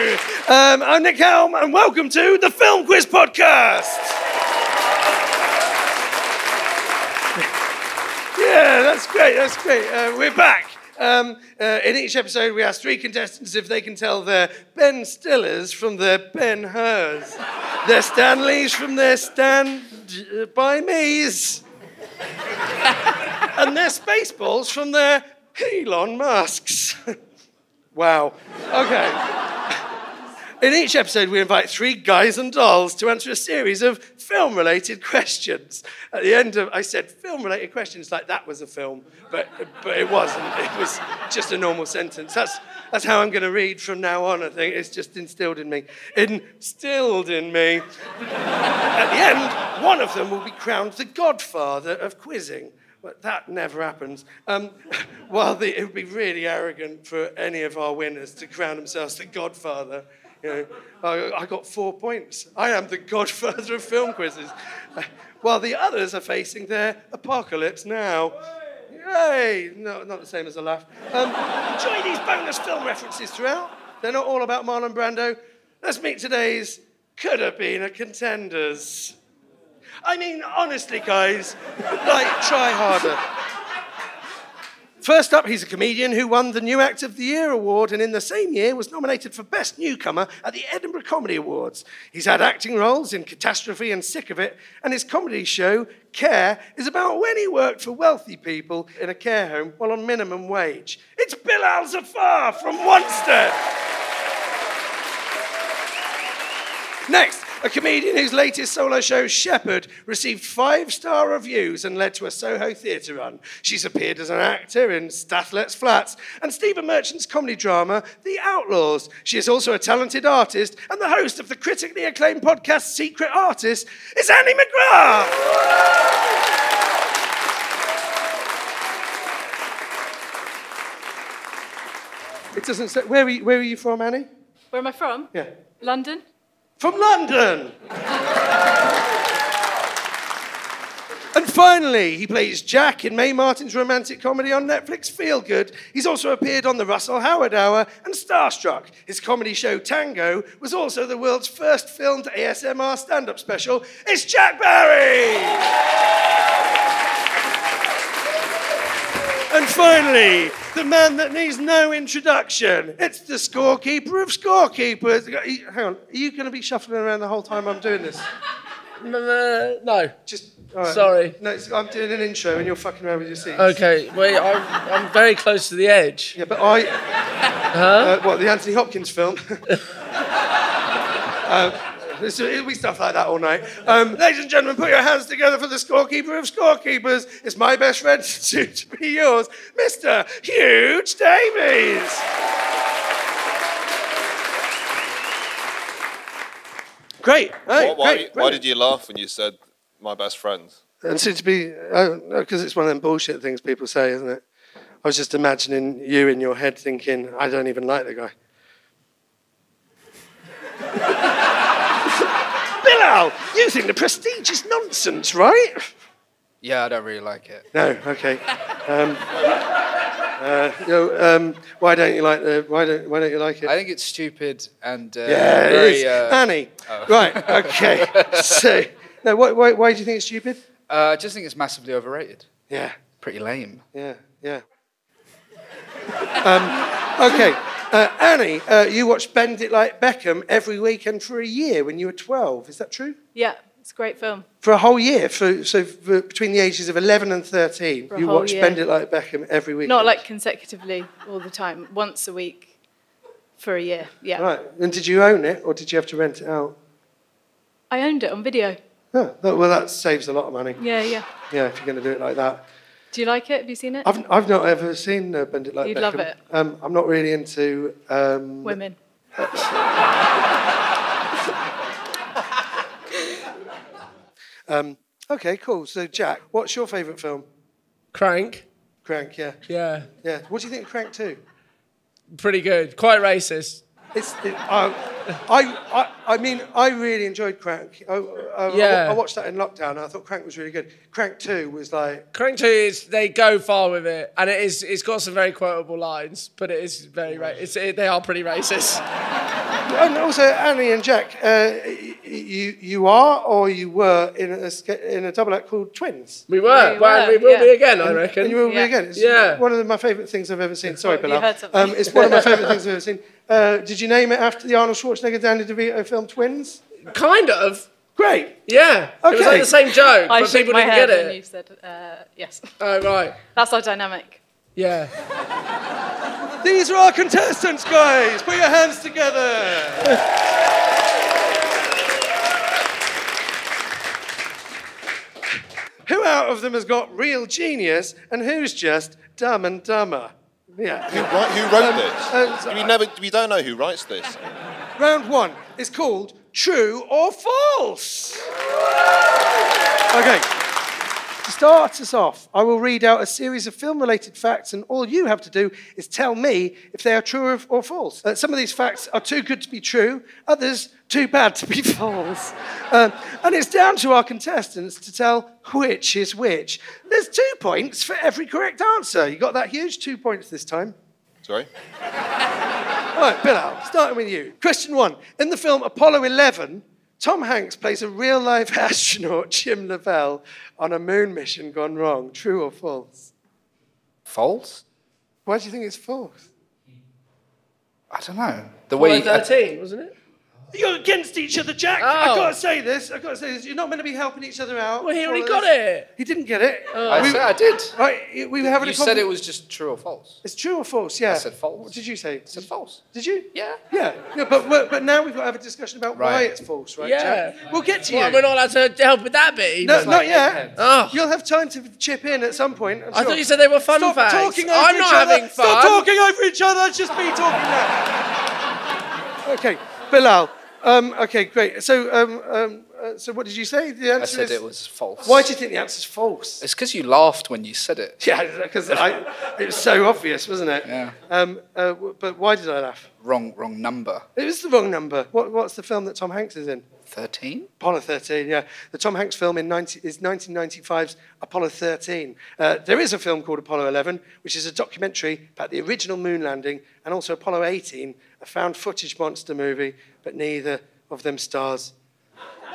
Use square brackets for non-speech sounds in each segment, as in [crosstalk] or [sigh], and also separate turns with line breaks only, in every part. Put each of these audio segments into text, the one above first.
Um, I'm Nick Helm, and welcome to the Film Quiz Podcast. Yeah, that's great. That's great. Uh, we're back. Um, uh, in each episode, we ask three contestants if they can tell their Ben Stillers from their Ben Hers, their Stanleys from their Stand uh, By Me's, and their Spaceballs from their Elon Musk's. [laughs] wow. Okay. In each episode, we invite three guys and dolls to answer a series of film related questions. At the end of, I said film related questions like that was a film, but, but it wasn't. It was just a normal sentence. That's, that's how I'm going to read from now on, I think. It's just instilled in me. Instilled in me. At the end, one of them will be crowned the godfather of quizzing. But that never happens. Um, [laughs] while the, it would be really arrogant for any of our winners to crown themselves the godfather. You know, I, I got four points. I am the godfather of film quizzes. Uh, while the others are facing their apocalypse now. Yay! No, not the same as a laugh. Um, enjoy these bonus film references throughout. They're not all about Marlon Brando. Let's meet today's could have been a contenders. I mean, honestly, guys, like, try harder. First up, he's a comedian who won the New Act of the Year award and in the same year was nominated for Best Newcomer at the Edinburgh Comedy Awards. He's had acting roles in Catastrophe and Sick of It, and his comedy show, Care, is about when he worked for wealthy people in a care home while on minimum wage. It's Bilal Zafar from Wanstead. Next, a comedian whose latest solo show, Shepherd, received five star reviews and led to a Soho theatre run. She's appeared as an actor in Stathlet's Flats and Stephen Merchant's comedy drama, The Outlaws. She is also a talented artist and the host of the critically acclaimed podcast, Secret Artist, is Annie McGrath. It doesn't say. Where are you, where are you from, Annie?
Where am I from?
Yeah.
London.
from London. and finally, he plays Jack in Mae Martin's romantic comedy on Netflix, Feel Good. He's also appeared on The Russell Howard Hour and Starstruck. His comedy show Tango was also the world's first filmed ASMR stand up special. It's Jack Barry! And finally, the man that needs no introduction. It's the scorekeeper of scorekeepers. Hang on, are you going to be shuffling around the whole time I'm doing this?
No, no, no, no.
Just all right.
Sorry.
No, it's, I'm doing an intro and you're fucking around with your seats.
Okay, wait, I'm, I'm very close to the edge.
Yeah, but I. Huh? Uh, what the Anthony Hopkins film? [laughs] Uh, this- It'll be stuff like that all night. Um, ladies and gentlemen, put your hands together for the scorekeeper of scorekeepers. It's my best friend [laughs] soon to be yours, Mr. Huge Davies. Great. Hey,
Why, why,
great,
why
brilliant.
did you laugh when you said my best friend?
And seems to be because it's one of them bullshit things people say, isn't it? I was just imagining you in your head thinking, I don't even like the guy. [laughs] Bilal, you think the prestige is nonsense, right?
Yeah, I don't really like it.
No, okay. Um, uh, you know, um, why don't you like the? Why don't Why don't you like it?
I think it's stupid and uh,
yeah, it
very.
is. [laughs]
Uh,
Annie. Right.
[laughs]
Okay. so, no. Why, why Why do you think it's stupid?
uh, I just think it's massively overrated.
Yeah.
Pretty lame.
Yeah, yeah. um, okay, uh, Annie, uh, you watched Bend It Like Beckham every weekend for a year when you were 12. Is that true?
Yeah, it's a great film.
For a whole year, for, so for between the ages of 11 and 13,
For a
you
whole
watched
year.
Bend It Like Beckham every weekend.
Not like consecutively all the time, once a week for a year. Yeah.
Right, and did you own it or did you have to rent it out?
I owned it on video.
Oh, that- well, that saves a lot of money.
Yeah, yeah.
Yeah, if you're going to do it like that.
Do you like it? Have you seen it?
I've, I've not ever seen uh, Bend It Like
You'd
Beckham.
love it.
Um, I'm not really into um,
Women.
um, okay, cool. So, Jack, what's your favourite film?
Crank?
Crank, yeah.
Yeah.
Yeah. What do you think of Crank 2?
Pretty good. Quite racist.
It's, it, oh, I, I, I mean, I really enjoyed Crank. I, I,
Yeah.
I, watched that in lockdown and I thought Crank was really good. Crank 2 was like,
Crank Two is they go far with it, and it is it's got some very quotable lines, but it is very ra- it's, it, they are pretty racist.
and also Annie and Jack, uh, y- y- you, you are or you were in a, sca- in a double act called Twins.
We were,
We
well,
were,
we will be
yeah.
again, I
And you
reckon.
will
Yeah.
be again. It's
Yeah.
one of my favourite things I've ever seen. Sorry,
Have you
Bilal.
heard something?
Um, it's one
[laughs]
of my favourite things I've ever seen. Uh, did you name it after the Arnold Schwarzenegger Danny DeVito film Twins?
Kind of,
Great.
yeah. It was
Okay.
like the same joke,
I
but
shook
people
my
didn't
head
get
and you
it.
said, uh, yes.
Oh right,
That's our dynamic.
yeah.
These are our contestants, guys. Put your hands together. who out of them has got real genius and who's just dumb and dumber?
Who,
Yeah.
wri- who wrote this?
uh, so-
we never, we don't know who writes this.
Round one is called True or False. Okay. To start us off, I will read out a series of film related facts, and all you have to do is tell me if they are true or- or false. Uh, some of these facts are too good to be true, others too bad to be [laughs] false. Um, and it's down to our contestants to tell which is which. There's two points for every correct answer. You got that huge two points this time.
Sorry.
Right, Bilal, starting with you. Question one. In the film Apollo 11, Tom Hanks plays a real life [laughs] astronaut, Jim Lavelle, on a moon mission gone wrong. True or false?
False?
Why do you think it's false?
I don't know. The
Apollo
way
thirteen, wasn't it?
You're against each other, Jack.
Oh.
i got to say this. i got to say this. You're not meant to be helping each other out.
Well, he already
All
got
this.
it. Oh.
He didn't get it.
I, I
we,
said I did.
right, we were having
You
a
said
conver-
it was just true or false.
It's true or false, yeah.
I said false.
What did you say?
I said false.
Did you?
Yeah.
Yeah. No, but, we're- but now we've got to have a discussion about why
Right.
it's false, right,
Yeah.
Jack? We'll get to you.
Well, we're not allowed to help with that bit. Even.
No, not
like
yet.
eggheads.
Oh.
You'll have time to chip in at some point. I'm
I
sure.
thought you said they were fun
Stop
facts.
talking over
I'm
each
not
other.
having fun.
Stop talking over each other. It's just me talking now. [laughs] okay, Bilal. Um, okay, great. So, um, um, uh, so what did you say? The answer
I said
is.
it was false.
Why do you think the answer's false?
It's because you laughed when you said it.
[laughs] Yeah, because it was so obvious, wasn't it?
Yeah.
Um, uh, w- but why did I laugh?
Wrong, wrong number.
It was the wrong number. What, what's the film that Tom Hanks is in?
Thirteen.
Apollo 13, yeah. The Tom Hanks film in 90, is 1995's Apollo 13. Uh, there is a film called Apollo 11, which is a documentary about the original moon landing and also Apollo 18, a found footage monster movie, but neither of them stars.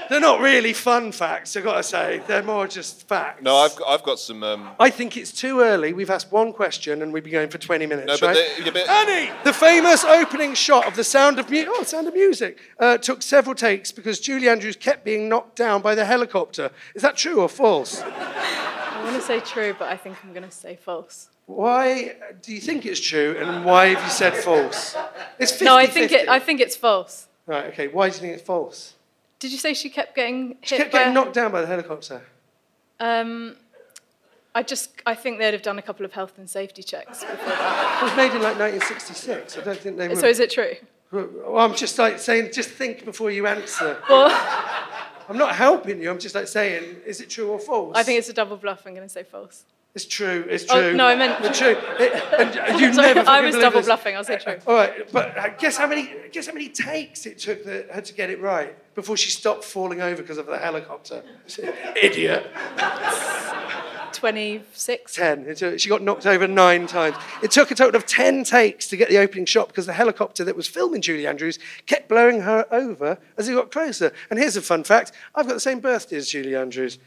They're not really fun facts, I've got to say. They're more just facts.
No, I've, got- I've got some. Um,
I think it's too early. We've asked one question and we've been going for 20 minutes.
No, but
right?
the- yeah, but-
Annie! The famous opening shot of The Sound of Music, oh, Sound of Music, uh, took several takes because Julie Andrews kept being knocked down by the helicopter. Is that true or false?
I want to say true, but I think I'm going to say false.
Why do you think it's true and why have you said false? It's 50
No, I think it. I think it's false.
Right, okay. Why do you think it's false?
Did you say she kept getting hit
She kept
by
getting
a-
knocked down by the helicopter.
Um, I just, I think they'd have done a couple of health and safety checks. Before
It was made in like 1966. I don't think they were.
so is it true?
Well, I'm just like saying, just think before you answer.
Well,
I'm not helping you. I'm just like saying, is it true or false?
I think it's a double bluff. I'm going to say false.
it's true. It's true.
Oh, no, I meant-
the true. It-
[laughs]
and you
Sorry,
never.
I
fucking
was
believe
double
this.
bluffing. I'll say true.
All right, but uh, guess how many guess how many takes it took the, her to get it right before she stopped falling over because of the helicopter. [laughs] Idiot.
26.
Ten. It took- She got knocked over nine times. It took a total of ten takes to get the opening shot because the helicopter that was filming Julie Andrews kept blowing her over as it got closer. And here's a fun fact: I've got the same birthday as Julie Andrews.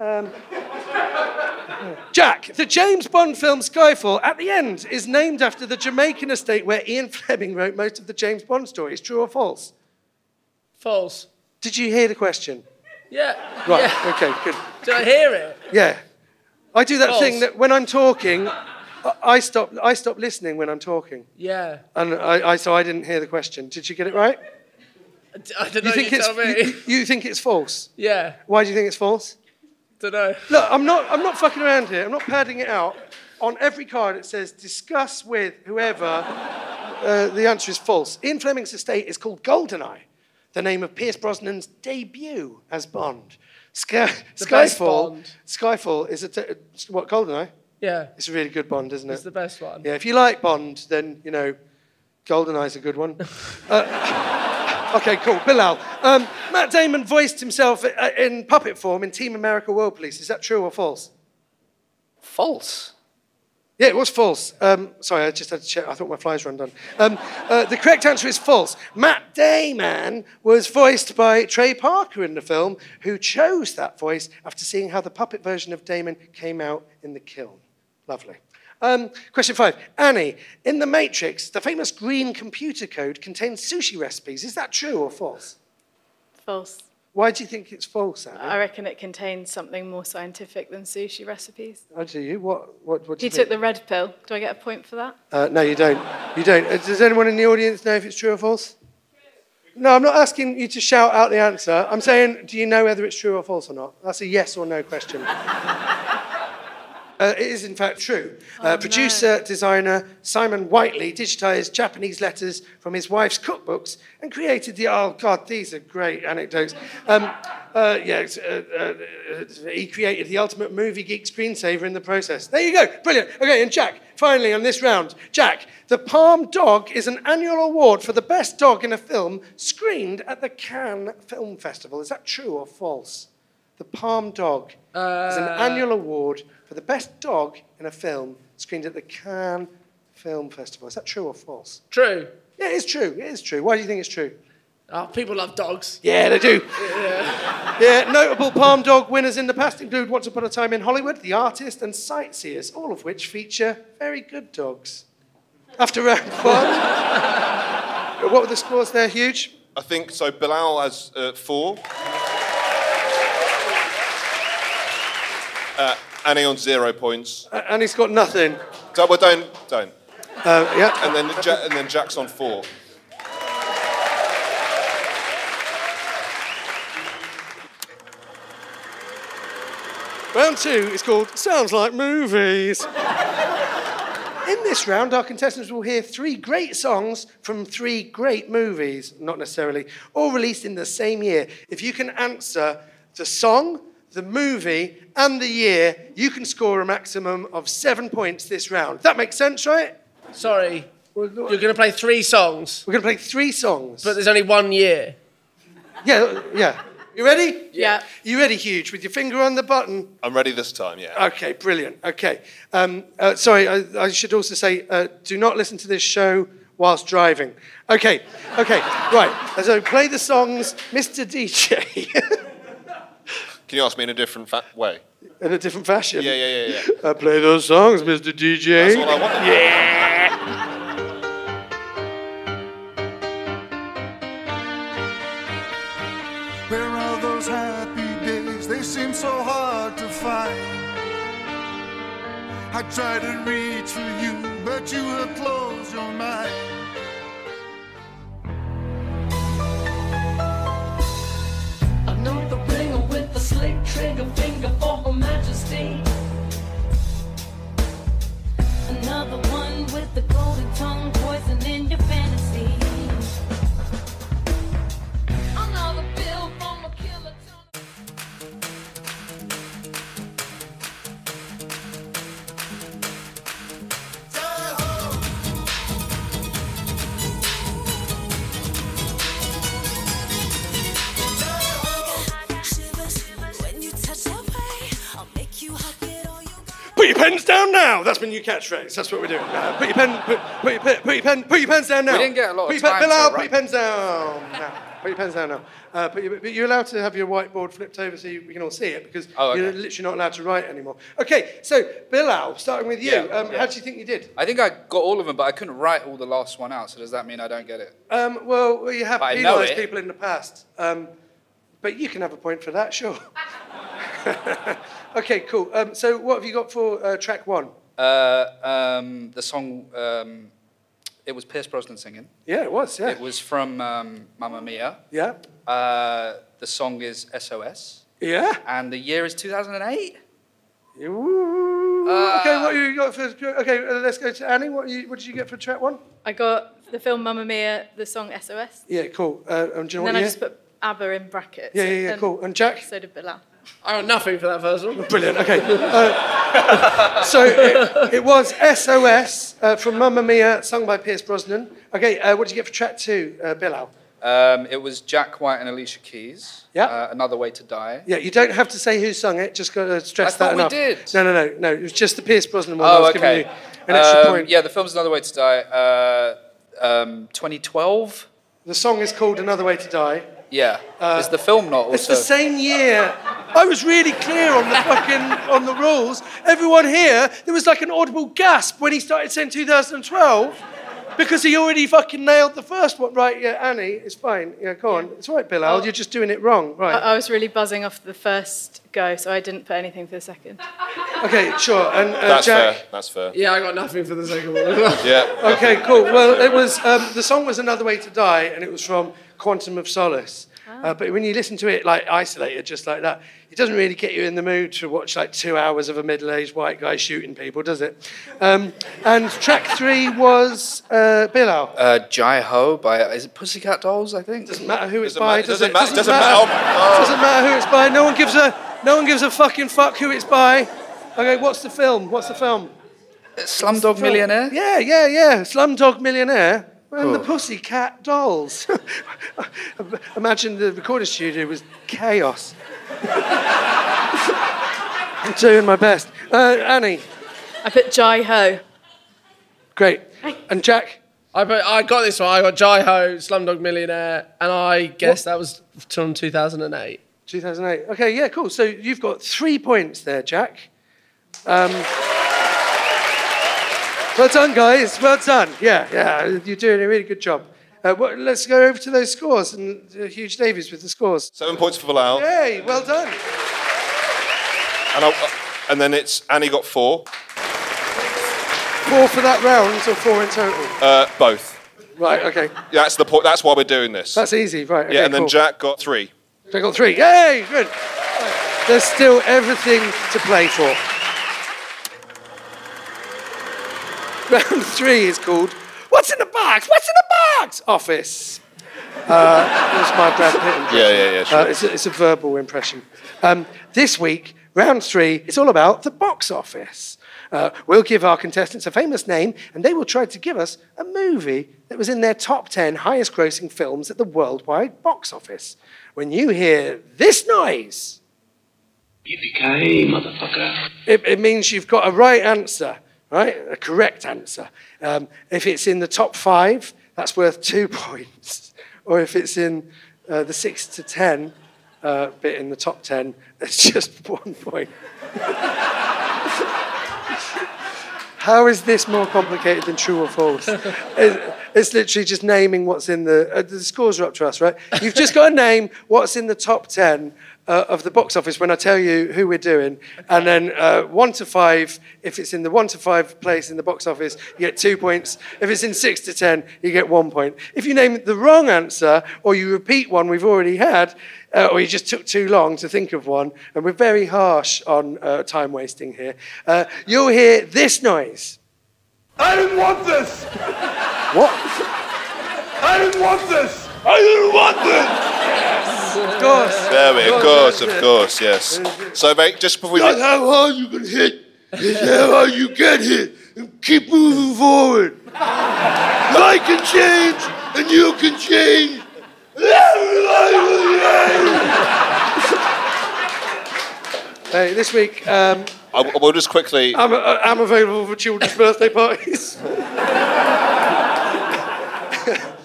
Um, [laughs] Jack, the James Bond film Skyfall at the end is named after the Jamaican estate where Ian [laughs] Fleming wrote most of the James Bond stories. True or false?
False.
Did you hear the question?
Yeah.
Right,
Yeah.
okay, good.
Did I hear it?
Yeah. I do that
False.
thing that when I'm talking, I I stop, I stop listening when I'm talking.
Yeah.
And I, I, so I didn't hear the question. Did you get it right?
I d- I don't
You
know. You,
think, it's,
tell me.
you, you think it's false?
[laughs] yeah.
Why do you think it's false?
Don't know.
Look, I'm not, I'm not fucking around here. I'm not padding it out. On every card, it says discuss with whoever. Uh, the answer is false. Ian Fleming's estate is called Goldeneye, the name of Pierce Brosnan's debut as Bond. Sky,
best
Skyfall.
Bond.
Skyfall is a t- what Goldeneye?
Yeah.
It's a really good Bond, isn't it?
It's the best one.
Yeah, if you like Bond, then you know, GoldenEye's a good one. Uh, [laughs] Okay, cool. Bilal. Um, Matt Damon voiced himself i- in puppet form in Team America World Police. Is that true or false?
False.
Yeah, it was false. Um, sorry, I just had to check. I thought my flies were undone. Um, uh, the correct answer is false. Matt Damon was voiced by Trey Parker in the film, who chose that voice after seeing how the puppet version of Damon came out in The Kiln. Lovely. Um, question five Annie, in The Matrix, the famous green computer code contains sushi recipes. Is that true or false?
False.
Why do you think it's false, Annie?
I reckon it contains something more scientific than sushi recipes.
I do you. What, what, what do
You
you,
took
think?
the red pill. Do I get a point for that?
Uh, no, you don't. You don't. Uh, Does anyone in the audience know if it's true or false? No, I'm not asking you to shout out the answer. I'm saying, do you know whether it's true or false or not? That's a yes or no question. Uh, it is, in fact, true. Uh, Producer, designer Simon Whiteley digitized Japanese letters from his wife's cookbooks and created the. Oh, God, these are great anecdotes. Um, uh, yeah, it's, uh, uh, uh, he created the ultimate movie geek screensaver in the process. There you go. Brilliant. Okay, and Jack, finally on this round. Jack, the Palm Dog is an annual award for the best dog in a film screened at the Cannes Film Festival. Is that true or false? The Palm Dog is an annual award for the best dog in a film screened at the Cannes Film Festival. Is that true or false?
True.
Yeah, it is true. It is true. Why do you think it's true?
Oh, people love dogs.
Yeah, they do. [laughs] Yeah. notable Palm Dog winners in the past include Once Upon a Time in Hollywood, The Artist, and Sightseers, all of which feature very good dogs. After round [laughs] one, what were the scores there, Huge?
I think so. Bilal has uh, four. Uh, Annie on zero points.
Uh, and he's got nothing.
Don't, well, don't, don't.
Uh, yeah.
And then, ja- and then Jack's on four.
Round two is called Sounds Like Movies. In this round, our contestants will hear three great songs from three great movies, not necessarily, all released in the same year. If you can answer the song, the movie, and the year, you can score a maximum of seven points this round. That makes sense, right?
Sorry.
Well,
You're going to play three songs,
We're going to play three songs.
but there's only one year.
yeah, yeah. You ready?
Yeah.
You ready, Huge? With your finger on the button.
I'm ready this time, yeah.
Okay, brilliant. Okay. Um, uh, sorry, I, I should also say uh, do not listen to this show whilst driving. Okay, okay, right. So play the songs, Mr. DJ,
Can you ask me in a different fa- way?
[laughs] in a different fashion.
Yeah, yeah, yeah,
[laughs]
yeah.
Uh, play those songs, Mr. DJ.
That's all I wanted. Yeah.
Where are those happy days? They seem so hard to find. I try to reach for you, but you have closed your mind.
I know the ringer with the slick trigger finger for her majesty. Another one with the golden tongue poison in your fantasy. Another bill from a killer tongue.
Shivers when you touch that way. I'll make you hug it all you got.
Put your pens down now. That's my new catchphrase. That's what we're doing. Uh, put your pen, put, put your pen, put your pen, put your pens down now.
didn't get a lot of
put your pen-
time
Bill,
to
out,
write-
put your pens down now. Put your pens down now. Uh, put your, but you're allowed to have your whiteboard flipped over so you, we can all see it because
Oh, okay.
you're literally not allowed to write anymore. Okay, so Bilal, starting with you,
Yeah,
um, how do you think you did?
I think I got all of them, but I couldn't write all the last one out. So does that mean I don't get it?
Um, well, well, you have
I know
penalised
it.
people in the past, um, but you can have a point for that, sure. [laughs] okay, cool. Um, so what have you got for uh, track one?
Uh, um, the song, um, it was Pierce Brosnan singing.
Yeah, it was. Yeah,
It was from um, Mamma Mia.
yeah,
Uh, the song is SOS,
yeah.
and the year is 2008.
Ooh. okay, what you got for? Okay, uh, let's go to Annie. What you, what did you get for track one?
I got the film Mamma Mia, the song SOS.
Yeah, cool. Uh, um, do you know
And then
what
I
year?
just put ABBA in brackets.
yeah, yeah, yeah,
and
cool. And Jack.
So did Bilal.
I got nothing for that first
[laughs]
one.
Brilliant. Okay. Uh, so it, it was SOS uh, from Mamma Mia, sung by Pierce Brosnan. Okay, uh, what did you get for track two, uh, Bilal?
Uh, Um, it was Jack White and Alicia Keys.
Yeah.
Uh, Another Way to Die.
Yeah, you don't have to say who sung it. Just got to stress that
I thought we
enough.
did.
No, no, no, no. It was just the Pierce Brosnan one. I
Oh,
was
okay.
giving you an extra
Um,
point.
Yeah, the film's Another Way to Die. Uh, um, 2012.
The song is called Another Way to Die.
Yeah. is the film not also?
Uh, It's the same year. I was really clear on the fucking on the rules. Everyone here, there was like an audible gasp when he started saying 2012, because he already fucking nailed the first one. Right, yeah, Annie, it's fine. Yeah, go on. It's all right,
Oh.
Bilal. You're just doing it wrong. Right.
I, I was really buzzing off the first go, so I didn't put anything for the second.
Okay, sure. And uh,
That's
Jack. Uh,
fair. That's fair.
Yeah, I got nothing for the second one. [laughs]
Yeah.
Okay, cool. Well, it was um, the song was "Another Way to Die," and it was from Quantum of Solace. Uh, but when you listen to it like isolated, just like that, it doesn't really get you in the mood to watch like two hours of a middle-aged white guy shooting people, does it? Um, and track three was uh, Bilal.
Uh, Jai Ho by is it Pussycat Dolls? I think.
doesn't matter who it's
Doesn't
by.
matter-
does
doesn't
it?
ma- doesn't matter. Oh my God.
Doesn't matter who it's by. No one gives a no one gives a fucking fuck who it's by. Okay, what's the film? What's the film?
Slumdog Millionaire.
Yeah, yeah, yeah. Slumdog Millionaire. And the Pussycat Dolls. [laughs] Imagine the recording studio was chaos. [laughs] I'm doing my best. Uh, Annie,
I put Jai Ho.
great. And Jack,
I, put, I got this one. I got Jai Ho, Slumdog Millionaire, and I guess that was from 2008.
2008. Okay, yeah, cool. So you've got three points there, Jack. Um, well done, guys. Well done. Yeah, yeah. You're doing a really good job. Uh, what, let's go over to those scores and uh, Huge Davies with the scores.
Seven points for Bilal.
Hey, well done.
And, I, and then it's Annie got four.
Four for that round or four in total?
Uh, both.
Right, okay.
That's the point. That's why we're doing this.
That's easy, right. Okay,
yeah. And then
cool.
Jack got three.
I got three. Yay, good. There's still everything to play for. [laughs] Round three is called What's in the Box? What's in the Box? Office. Uh, [laughs] that's my Brad Pitt impression.
Yeah, yeah, yeah, sure.
Uh, it's, a, it's a verbal impression. Um, this week, round three, it's all about the box office. Uh, we'll give our contestants a famous name, and they will try to give us a movie that was in their top 10 highest grossing films at the worldwide box office. When you hear this noise, it, it means you've got a right answer, right? A correct answer. Um, if it's in the top five, that's worth two [laughs] points. Or if it's in uh, the six to ten uh, bit in the top ten, [laughs] it's just one point. How is this more complicated than true or false? It- It's literally just naming what's in the. Uh, the scores are up to us, right? You've just got to name what's in the top 10 uh, of the box office when I tell you who we're doing. And then uh, one to five, if it's in the one to five place in the box office, you get two points. If it's in six to 10, you get one point. If you name the wrong answer or you repeat one we've already had, uh, or you just took too long to think of one, and we're very harsh on uh, time wasting here, uh, you'll hear this noise.
I didn't want this!
What?
I didn't want this!
I didn't want this.
Of course.
There we go. Of course, of course, yes. So, mate, just before we
That's how hard you can hit. It's how hard you get hit. And keep moving forward. [laughs] I can change, and you can change. Hey, this week, um,
I, I will just quickly.
I'm, uh, I'm available for children's birthday parties.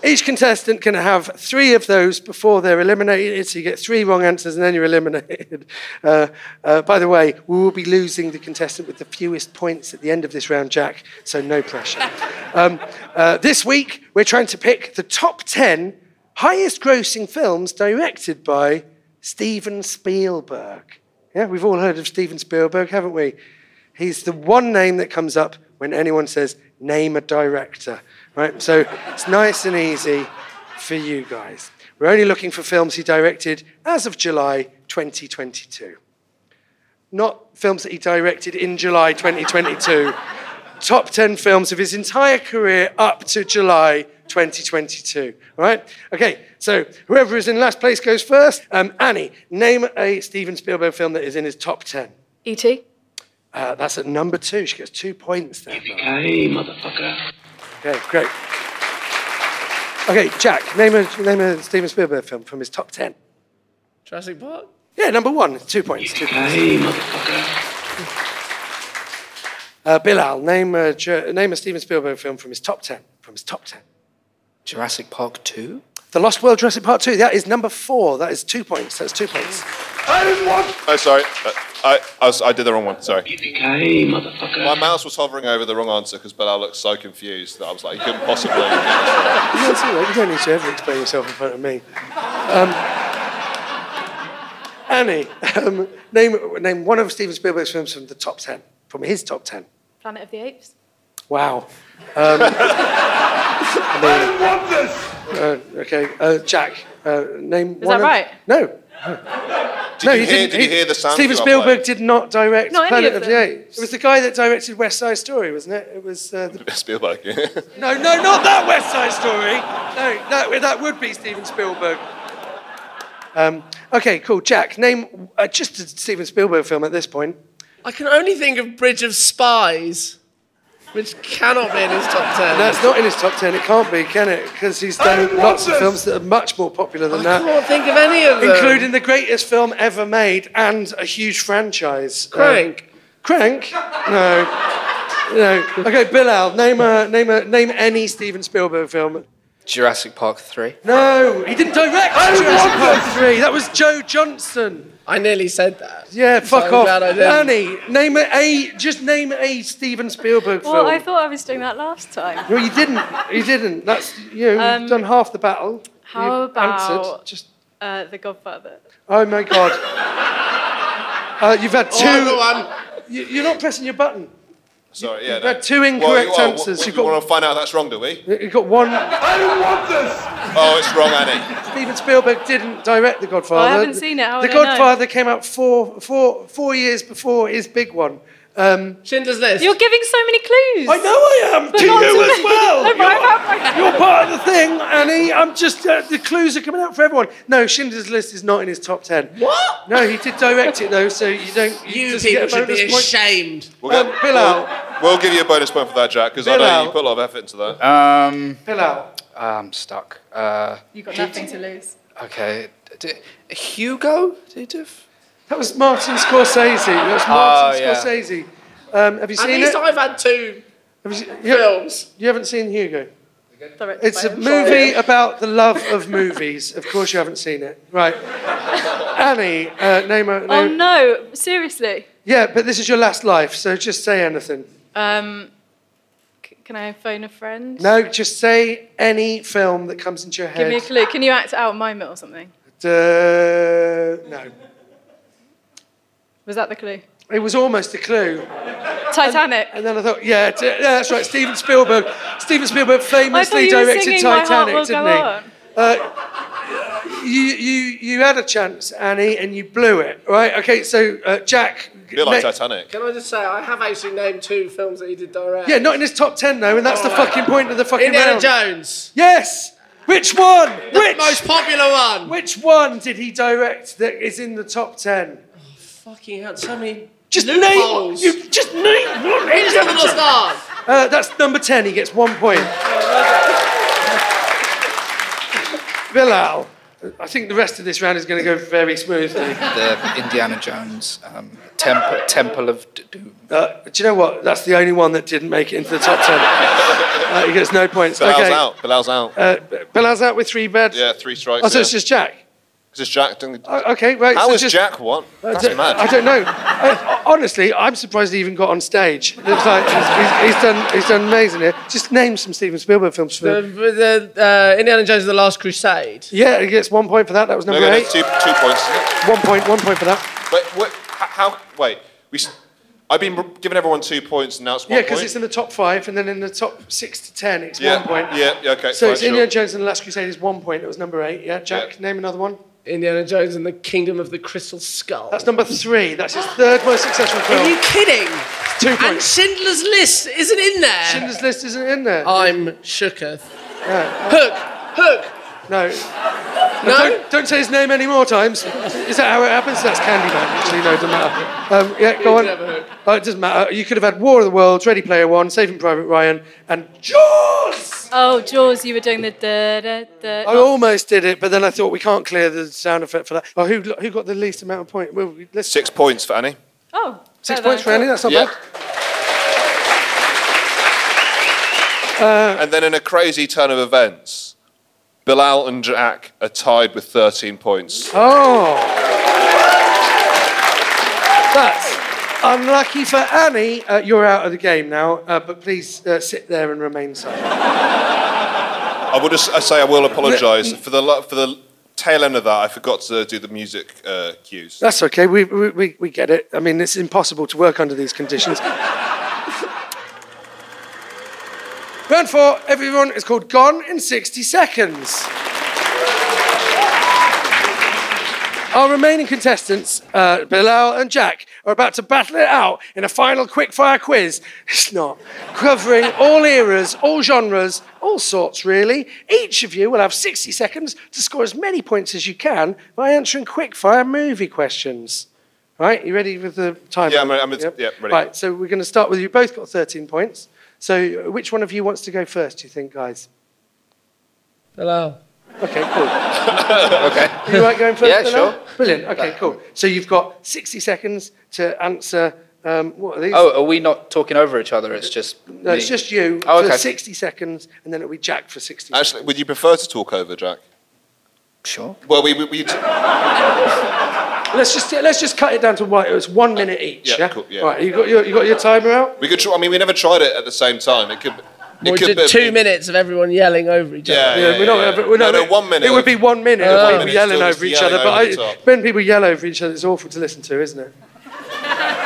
[laughs] Each contestant can have three of those before they're eliminated. So you get three wrong answers and then you're eliminated. Uh, uh, by the way, we will be losing the contestant with the fewest points at the end of this round, Jack, so no pressure. um, uh, this week, we're trying to pick the top 10 highest grossing films directed by Steven Spielberg. Yeah, we've all heard of Steven Spielberg, haven't we? He's the one name that comes up when anyone says, name a director, right? So it's nice and easy for you guys. We're only looking for films he directed as of July 2022. Not films that he directed in July 2022. Top 10 films of his entire career up to July 2022. All right? Okay, so whoever is in last place goes first. Um, Annie, name a Steven Spielberg film that is in his top 10.
E.T.
Uh, that's at number two. She gets two points there. Hey, motherfucker. Okay, great. Okay, Jack, name a, name a Steven Spielberg film from his top 10.
Jurassic Park?
Yeah, number one, two points. Two points. Uh, Bilal, name a, Ju- name a Steven Spielberg film from his top 10. From his top 10.
Jurassic Park 2?
The Lost World Jurassic Part 2, that is number four. That is two points. That's two points. I didn't want.
Oh, sorry. Uh, I, I, was- I did the wrong one. Sorry. My mouse was hovering over the wrong answer because Bilal looked so confused that I was like, he couldn't
[laughs]
possibly.
You don't, see that. you don't need to ever explain yourself in front of me. Um, Annie, um, name, name one of Steven Spielberg's films from the top 10, from his top 10.
Planet of the Apes.
Wow.
[laughs]
Um, I want this! okay, uh, Jack, uh, name
that
one of-
right?
No.
Did you hear, did you hear the sound?
Steven
cue I
Spielberg
played?
did not direct
Not any
Planet
of
of the
them.
Apes. It was the guy that directed West Side Story, wasn't it? It was. Uh, the...
[laughs] Spielberg. yeah.
No, no, not that West Side Story. No, no, that would be Steven Spielberg. Um, okay, cool. Jack, name uh, just a Steven Spielberg film at this point.
I can only think of Bridge of Spies, which cannot be in his top ten.
That's not in his top ten. It can't be, can it? Because he's done lots of films that are much more popular than
I
that.
can't think of any of them.
including the greatest film ever made and a huge franchise. Um,
Crank.
Crank? No.
[laughs]
No. Okay, Bilal, name a name a name any Steven Spielberg film.
Jurassic Park 3?
No, he didn't direct Jurassic Park 3. That was Joe Johnston.
I nearly said that.
Yeah, fuck
so
off.
glad I didn't.
Annie, name a, a just name a Steven Spielberg
Well,
film.
I thought I was doing that last time.
[laughs] No, you didn't. You didn't. That's you. know,
Um,
you've done half the battle.
how
You've answered.
about-
Just.
Uh, the Godfather.
Oh my god. Uh, you've had two.
Another one.
You- You're not pressing your button.
Sorry, yeah.
You've
no.
had two incorrect
Well, you- oh,
answers.
w-
You've
We
got-
want to find out if that's wrong, do we?
You've got one.
Oh, it's wrong, Annie.
Steven Spielberg didn't direct The Godfather.
Well, I haven't seen it. How
the
would I know?
Godfather came out four, four, four years before his big one. Um,
Schindler's List.
You're giving so many clues.
I know I am. To
not
you
to
as
me. [laughs]
well.
No, but I have my
you're, you're part of the thing, Annie. I'm just uh, the clues are coming out for everyone. No, Schindler's List is not in his top ten.
What?
No, he did direct it though, so you don't. You,
You
just
people
get a
should
bonus
be
point.
ashamed.
We'll, get-
Um, Bilal.
we'll, we'll give you a bonus point for that, Jack, because I know
Bilal.
you put a lot of effort into that.
Um,
Bilal.
I'm stuck. Uh,
You've got nothing to lose.
okay. D- d- Hugo? Did you
That was Martin Scorsese. That was Martin
Oh, yeah.
Scorsese. Um, have you
At
seen
least
it?
I've had two
Have you, se- you,
films.
you haven't seen Hugo.
Directed
It's
by
a
him.
movie about the love of movies. Of course, you haven't seen it, right? Annie, uh, name a name.
Oh no! Seriously.
Yeah, but this is your last life, so just say anything.
Um, c- can I phone a friend?
No, just say any film that comes into your
Give me a
head.
clue. Can you act out mime it or something?
Duh, no,
Was that the clue?
it was almost a clue,
Titanic.
and then I thought, yeah, t- yeah, that's right. Steven Spielberg. Steven Spielberg
I thought
famously
you were
directed
singing My Heart
Titanic,
Will
didn't
Go
he? Uh,
On.
You, you, you had a chance, Annie, and you blew it, right? Okay, so uh, Jack.
A bit like
ne-
Titanic.
Can I just say, I have actually named two films that he did direct.
yeah, not in his top ten though, and that's the fucking point of the fucking
Indiana
round.
Jones.
Yes. Which one? Which
Most popular one.
Which one did he direct that is in the top ten?
Fucking hell, so many
Just name.
loopholes.
You just name one.
Here's the little star.
Uh, that's number ten. He gets one point. [laughs] Bilal. I think the rest of this round is going to go very [laughs] smoothly.
The Indiana Jones um, Temple, Temple of D- Doom.
Uh, do you know what? That's the only one that didn't make it into the top [laughs] ten. Uh, he gets no points.
Bilal's
okay.
out. Bilal's out.
Uh, Bilal's out with three beds.
yeah, three strikes.
Oh, so
yeah.
it's just Jack.
It's just Jack. Doing,
Uh, okay, right.
How
so
is
just,
Jack one?
I
That's
don't-
mad.
I don't know. I, honestly, I'm surprised he even got on stage. It's like he's, he's- he's done. He's done amazing here. Just name some Steven Spielberg films for.
The, Um, the uh, Indiana Jones and the Last Crusade.
yeah, he gets one point for that. That was
No,
number
no, no,
eight.
two, two points. isn't it?
One point. One point for that.
Wait, what, h- how? Wait, we. s- I've been r- giving everyone two points, and now it's one
Yeah, because
point.
it's in the top five, and then in the top six to ten, it's
yeah,
one point.
Yeah, yeah, okay.
So
fine,
it's
sure.
Indiana Jones and the Last Crusade is one point. It was number eight. Yeah, Jack,
Yeah.
name another one.
Indiana Jones and the Kingdom of the Crystal Skull.
That's number three. That's his third most successful
Are you
film.
kidding?
Two
And
points.
Schindler's List isn't in there.
Schindler's List
Oh.
isn't in there.
I'm shooketh. Hook, hook.
No.
No?
Don't, don't say his name any more times. Is that how it happens? That's Candyman, actually. No, it doesn't matter. Um, yeah, go on.
never heard.
Oh, it doesn't matter. You could have had War of the Worlds, Ready Player One, Saving Private Ryan, and Jaws!
Oh, Jaws, you were doing the da da da.
I almost did it, but then I thought we can't clear the sound effect for that. Oh, who, who got the least amount of points? Well, we- let's,
Six points for Annie.
oh,
six
better
points
than I
for Annie,
thought.
that's not bad.
Yeah. Uh,
Uh,
and then in a crazy turn of events, Bilal and Jack are tied with 13 points.
Oh. That's unlucky for Annie. Uh, you're out of the game now, uh, but please uh, sit there and remain silent.
I would just I say I will apologise for the lo- for the tail end of that. I forgot to do the music uh, cues.
That's okay. We, we, we, we get it. I mean, it's impossible to work under these conditions. [laughs] Round four, everyone, is called Gone in 60 Seconds. Our remaining contestants, uh, Bilal and Jack, are about to battle it out in a final quickfire quiz. It's not. Covering all eras, all genres, all sorts, really. Each of you will have 60 seconds to score as many points as you can by answering quickfire movie questions. Right, you ready with the timer?
Yeah, I'm re- I'm re- yeah, ready.
Right, so we're going to start with you both got 13 points. So which one of you wants to go first, do you think, guys?
Hello.
Okay, cool. okay. You like going first?
Yeah,
Bilal?
sure.
Brilliant. Okay, cool. So you've got 60 seconds to answer. Um, what are these?
Oh, are we not talking over each other? It's just.
no, it's just you
Oh,
for
okay.
60 seconds, and then it'll be Jack for 60
Actually,
seconds.
would you prefer to talk over, Jack?
Sure.
Well, we, we, we
Let's just let's just cut it down to one. It's one minute each. Yeah,
Yeah, cool, yeah.
Right, you got your you got your timer out.
we could. Try, I mean, we never tried it at the same time. It could. It
We
could
did
be,
two minutes of everyone yelling over each
Yeah,
other.
yeah,
we're not.
yeah.
gonna- We're not
no, no, one minute.
It would be one minute.
one
of people
minute,
yelling
still
over
just
each
yelling
other.
over the
But I,
top.
when people yell over each other, it's awful to listen to, isn't it? [laughs]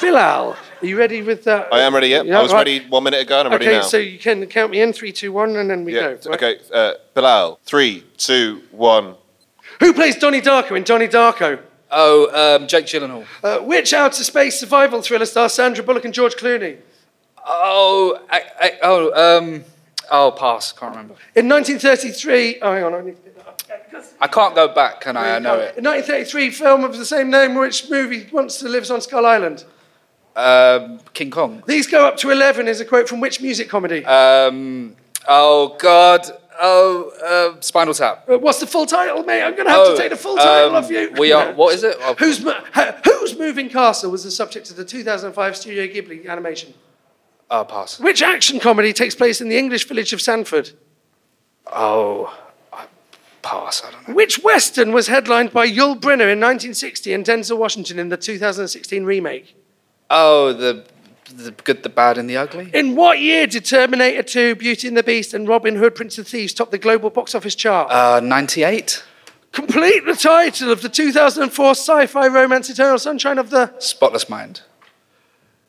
Bilal, are you ready with that?
I am ready. Yeah, I was
right.
ready one minute ago, and I'm
okay,
ready now.
so you can count me in three, two, one, and then we
yeah.
go. right?
Okay, uh, Bilal. Three, two, one.
Who plays Donnie Darko in Donnie Darko?
Oh, um, Jake Gyllenhaal.
Uh, which outer space survival thriller stars Sandra Bullock and George Clooney?
Oh, I, I, oh, um, oh, pass. Can't remember.
In 1933, oh, hang on, I need to get that up.
I can't go back, can I? I know it.
In 1933, film of the same name, which movie monster lives on Skull Island?
Um, King Kong.
These go up to 11 is a quote from which music comedy?
Um, oh God. Oh, uh, Spinal Tap.
Uh, What's the full title, mate? I'm going to have
Oh,
to take the full title
um,
off you.
we are- what is it? Oh.
Who's, Mo- Ha- Who's Moving Castle was the subject of the 2005 Studio Ghibli animation?
Oh, pass.
Which action comedy takes place in the English village of Sanford?
Oh, I- pass. I don't know.
Which Western was headlined by Yul Brynner in 1960 and Denzel Washington in the 2016 remake?
Oh, the, the good, the bad, and the ugly.
In what year did Terminator 2, Beauty and the Beast, and Robin Hood, Prince of Thieves top the global box office chart?
Uh, ninety-eight.
Complete the title of the 2004 sci fi romance Eternal Sunshine of the
Spotless Mind.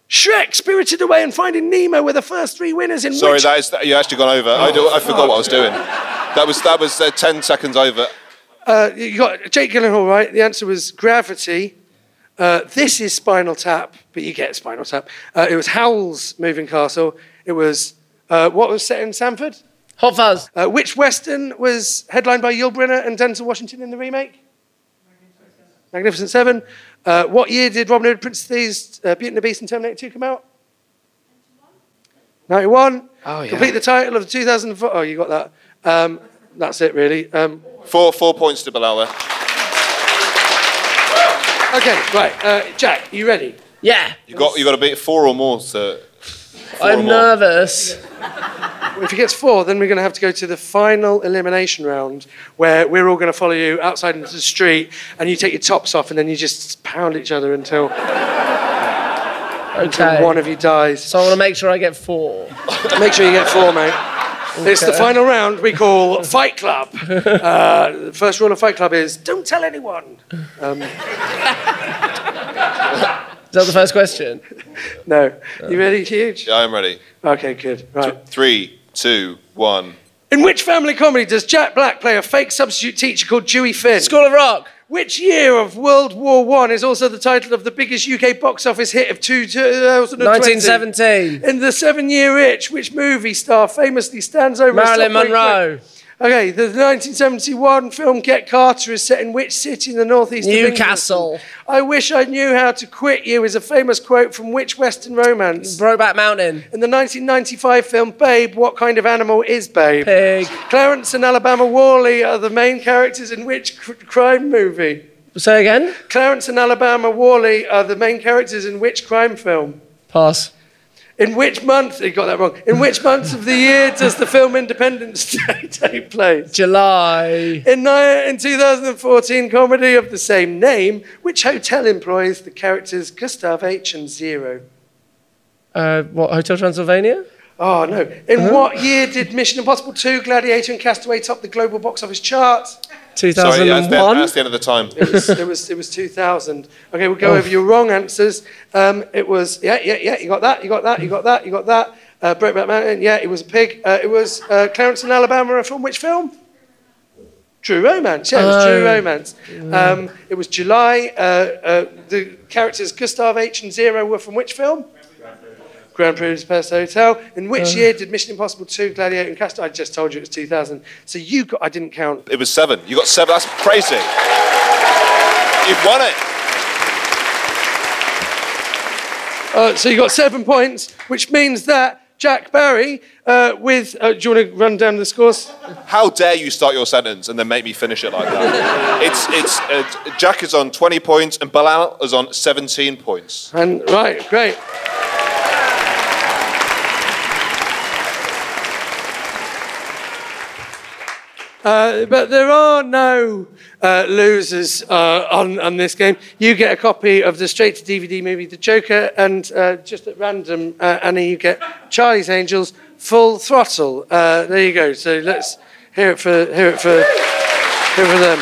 Shrek, Spirited Away, and Finding Nemo were the first three winners in
Sorry,
which
that is you actually gone over. I, do, I forgot what I was doing. That was that was uh, ten seconds over.
Uh, you got Jake Gyllenhaal right. The answer was Gravity. Uh, this is Spinal Tap, but you get Spinal Tap. Uh, it was Howl's Moving Castle. It was uh, what was set in Sanford.
Hot Fuzz.
Uh, which western was headlined by Yul Brynner and Denzel Washington in the remake? Magnificent Seven. Uh, what year did Robin Hood, Prince of Thieves, uh, Beauty and the Beast, and Terminator 2 come out? 91.
Oh, yeah.
Complete the title of the 2004. Oh, you got that. Um, that's it, really. Um,
Four four points to Bilal there.
Okay, right. Uh, Jack, you ready?
Yeah.
You got you got to beat four or more to. four or
I'm
more.
nervous.
If he gets four, then we're going to have to go to the final elimination round where we're all going to follow you outside into the street and you take your tops off and then you just pound each other until, until
Okay.
one of you dies.
So I want to make sure I get four.
Make sure you get four, mate. It's the
Okay.
final round we call Fight Club. Uh, the first rule of Fight Club is don't tell anyone.
Is that the first question?
No. You ready, Huge?
Yeah, I am ready.
Okay, good. Right.
Three, two, one.
In which family comedy does Jack Black play a fake substitute teacher called Dewey Finn?
School of Rock.
Which year of World War One is also the title of the biggest UK box office hit of 2020?
1917.
In the seven-year itch, which movie star famously stands over a
Marilyn
subway
Monroe.
track- Okay, the 1971 film Get Carter is set in which city in the northeast of England?
Newcastle.
I wish I knew how to quit you is a famous quote from which Western romance?
Brokeback Mountain.
In the 1995 film Babe, what kind of animal is Babe?
Pig.
Clarence and Alabama Worley are the main characters in which cr- crime movie?
Say again.
Clarence and Alabama Worley are the main characters in which crime film?
Pass.
In which month? You got that wrong. In which month of the year does the film Independence [laughs] Day take place?
July.
In, ni- in 2014 comedy of the same name, which hotel employs the characters Gustav H and Zero?
Uh, what Hotel Transylvania?
Oh no! In what year did Mission Impossible 2, Gladiator, and Castaway top the global box office charts?
Sorry, that's the,
2001.
that's the end of the time.
It was, it was, it was 2000. Okay, we'll go over your wrong answers. Um, it was, yeah, yeah, yeah, you got that, you got that, you got that, you got that. Uh, Brokeback Mountain, yeah, it was a pig. Uh, it was uh, Clarence in Alabama from which film? True Romance, yeah, it was True
Oh.
Romance. Um, it was July. Uh, uh, the characters Gustav H and Zero were from which film? Grand Budapest Hotel. In which year did Mission Impossible 2, Gladiator, and Cast? I just told you it was 2000. So you got, I didn't count.
It was seven. You got seven. That's crazy. You've won it.
Uh, so you got seven points, which means that Jack Barry, uh, with uh, do you want to run down the scores?
How dare you start your sentence and then make me finish it like that? it's it's uh, Jack is on 20 points and Bilal is on 17 points.
And right, great. Uh, but there are no uh, losers uh, on, on this game. You get a copy of the straight to DVD movie The Joker, and uh, just at random, uh, Annie, you get Charlie's Angels Full Throttle. Uh, there you go. So let's hear it for hear it for hear it for them.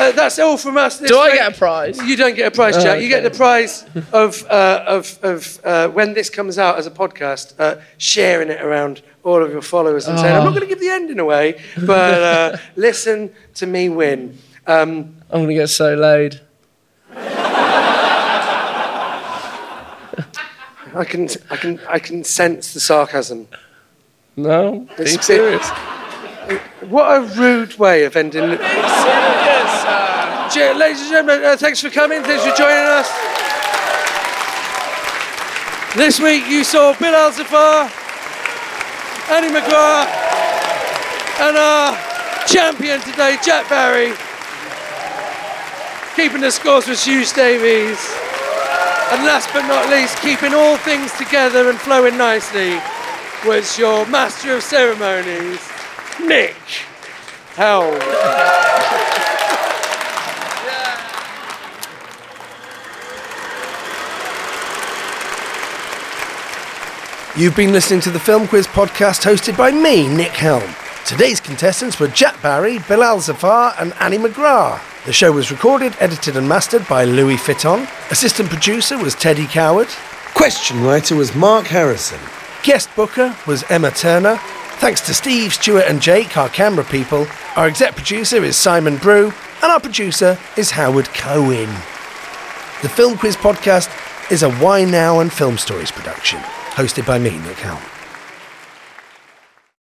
Uh, that's all from us. This
Do I
week.
get a prize? Oh,
You don't get a prize, Jack. You get
okay.
the prize of, uh, of, of uh, when this comes out as a podcast, uh, sharing it around all of your followers and saying, I'm
Oh.
not going to give the ending away, but
[laughs]
uh, listen to me win. Um,
I'm gonna get so laid.
I, can, I, can, I can sense the sarcasm.
No.
It's a bit- What a rude way of ending. Ge- Ladies and gentlemen, uh, thanks for coming. Thanks for joining us. This week you saw Bill Alzafar, Annie McGrath, and our champion today, Jack Barry. Keeping the scores was Hugh Davies. And last but not least, keeping all things together and flowing nicely was your master of ceremonies, Nick Howell.
You've been listening to the Film Quiz podcast hosted by me, Nick Helm. Today's contestants were Jack Barry, Bilal Zafar, and Annie McGrath. The show was recorded, edited, and mastered by Louis Fitton. Assistant producer was Teddy Coward. Question writer was Mark Harrison. Guest booker was Emma Turner. Thanks to Steve, Stuart, and Jake, our camera people. Our exec producer is Simon Brew, and our producer is Howard Cohen. The Film Quiz Podcast is a Why Now and Film Stories production, hosted by me, Nick Helm.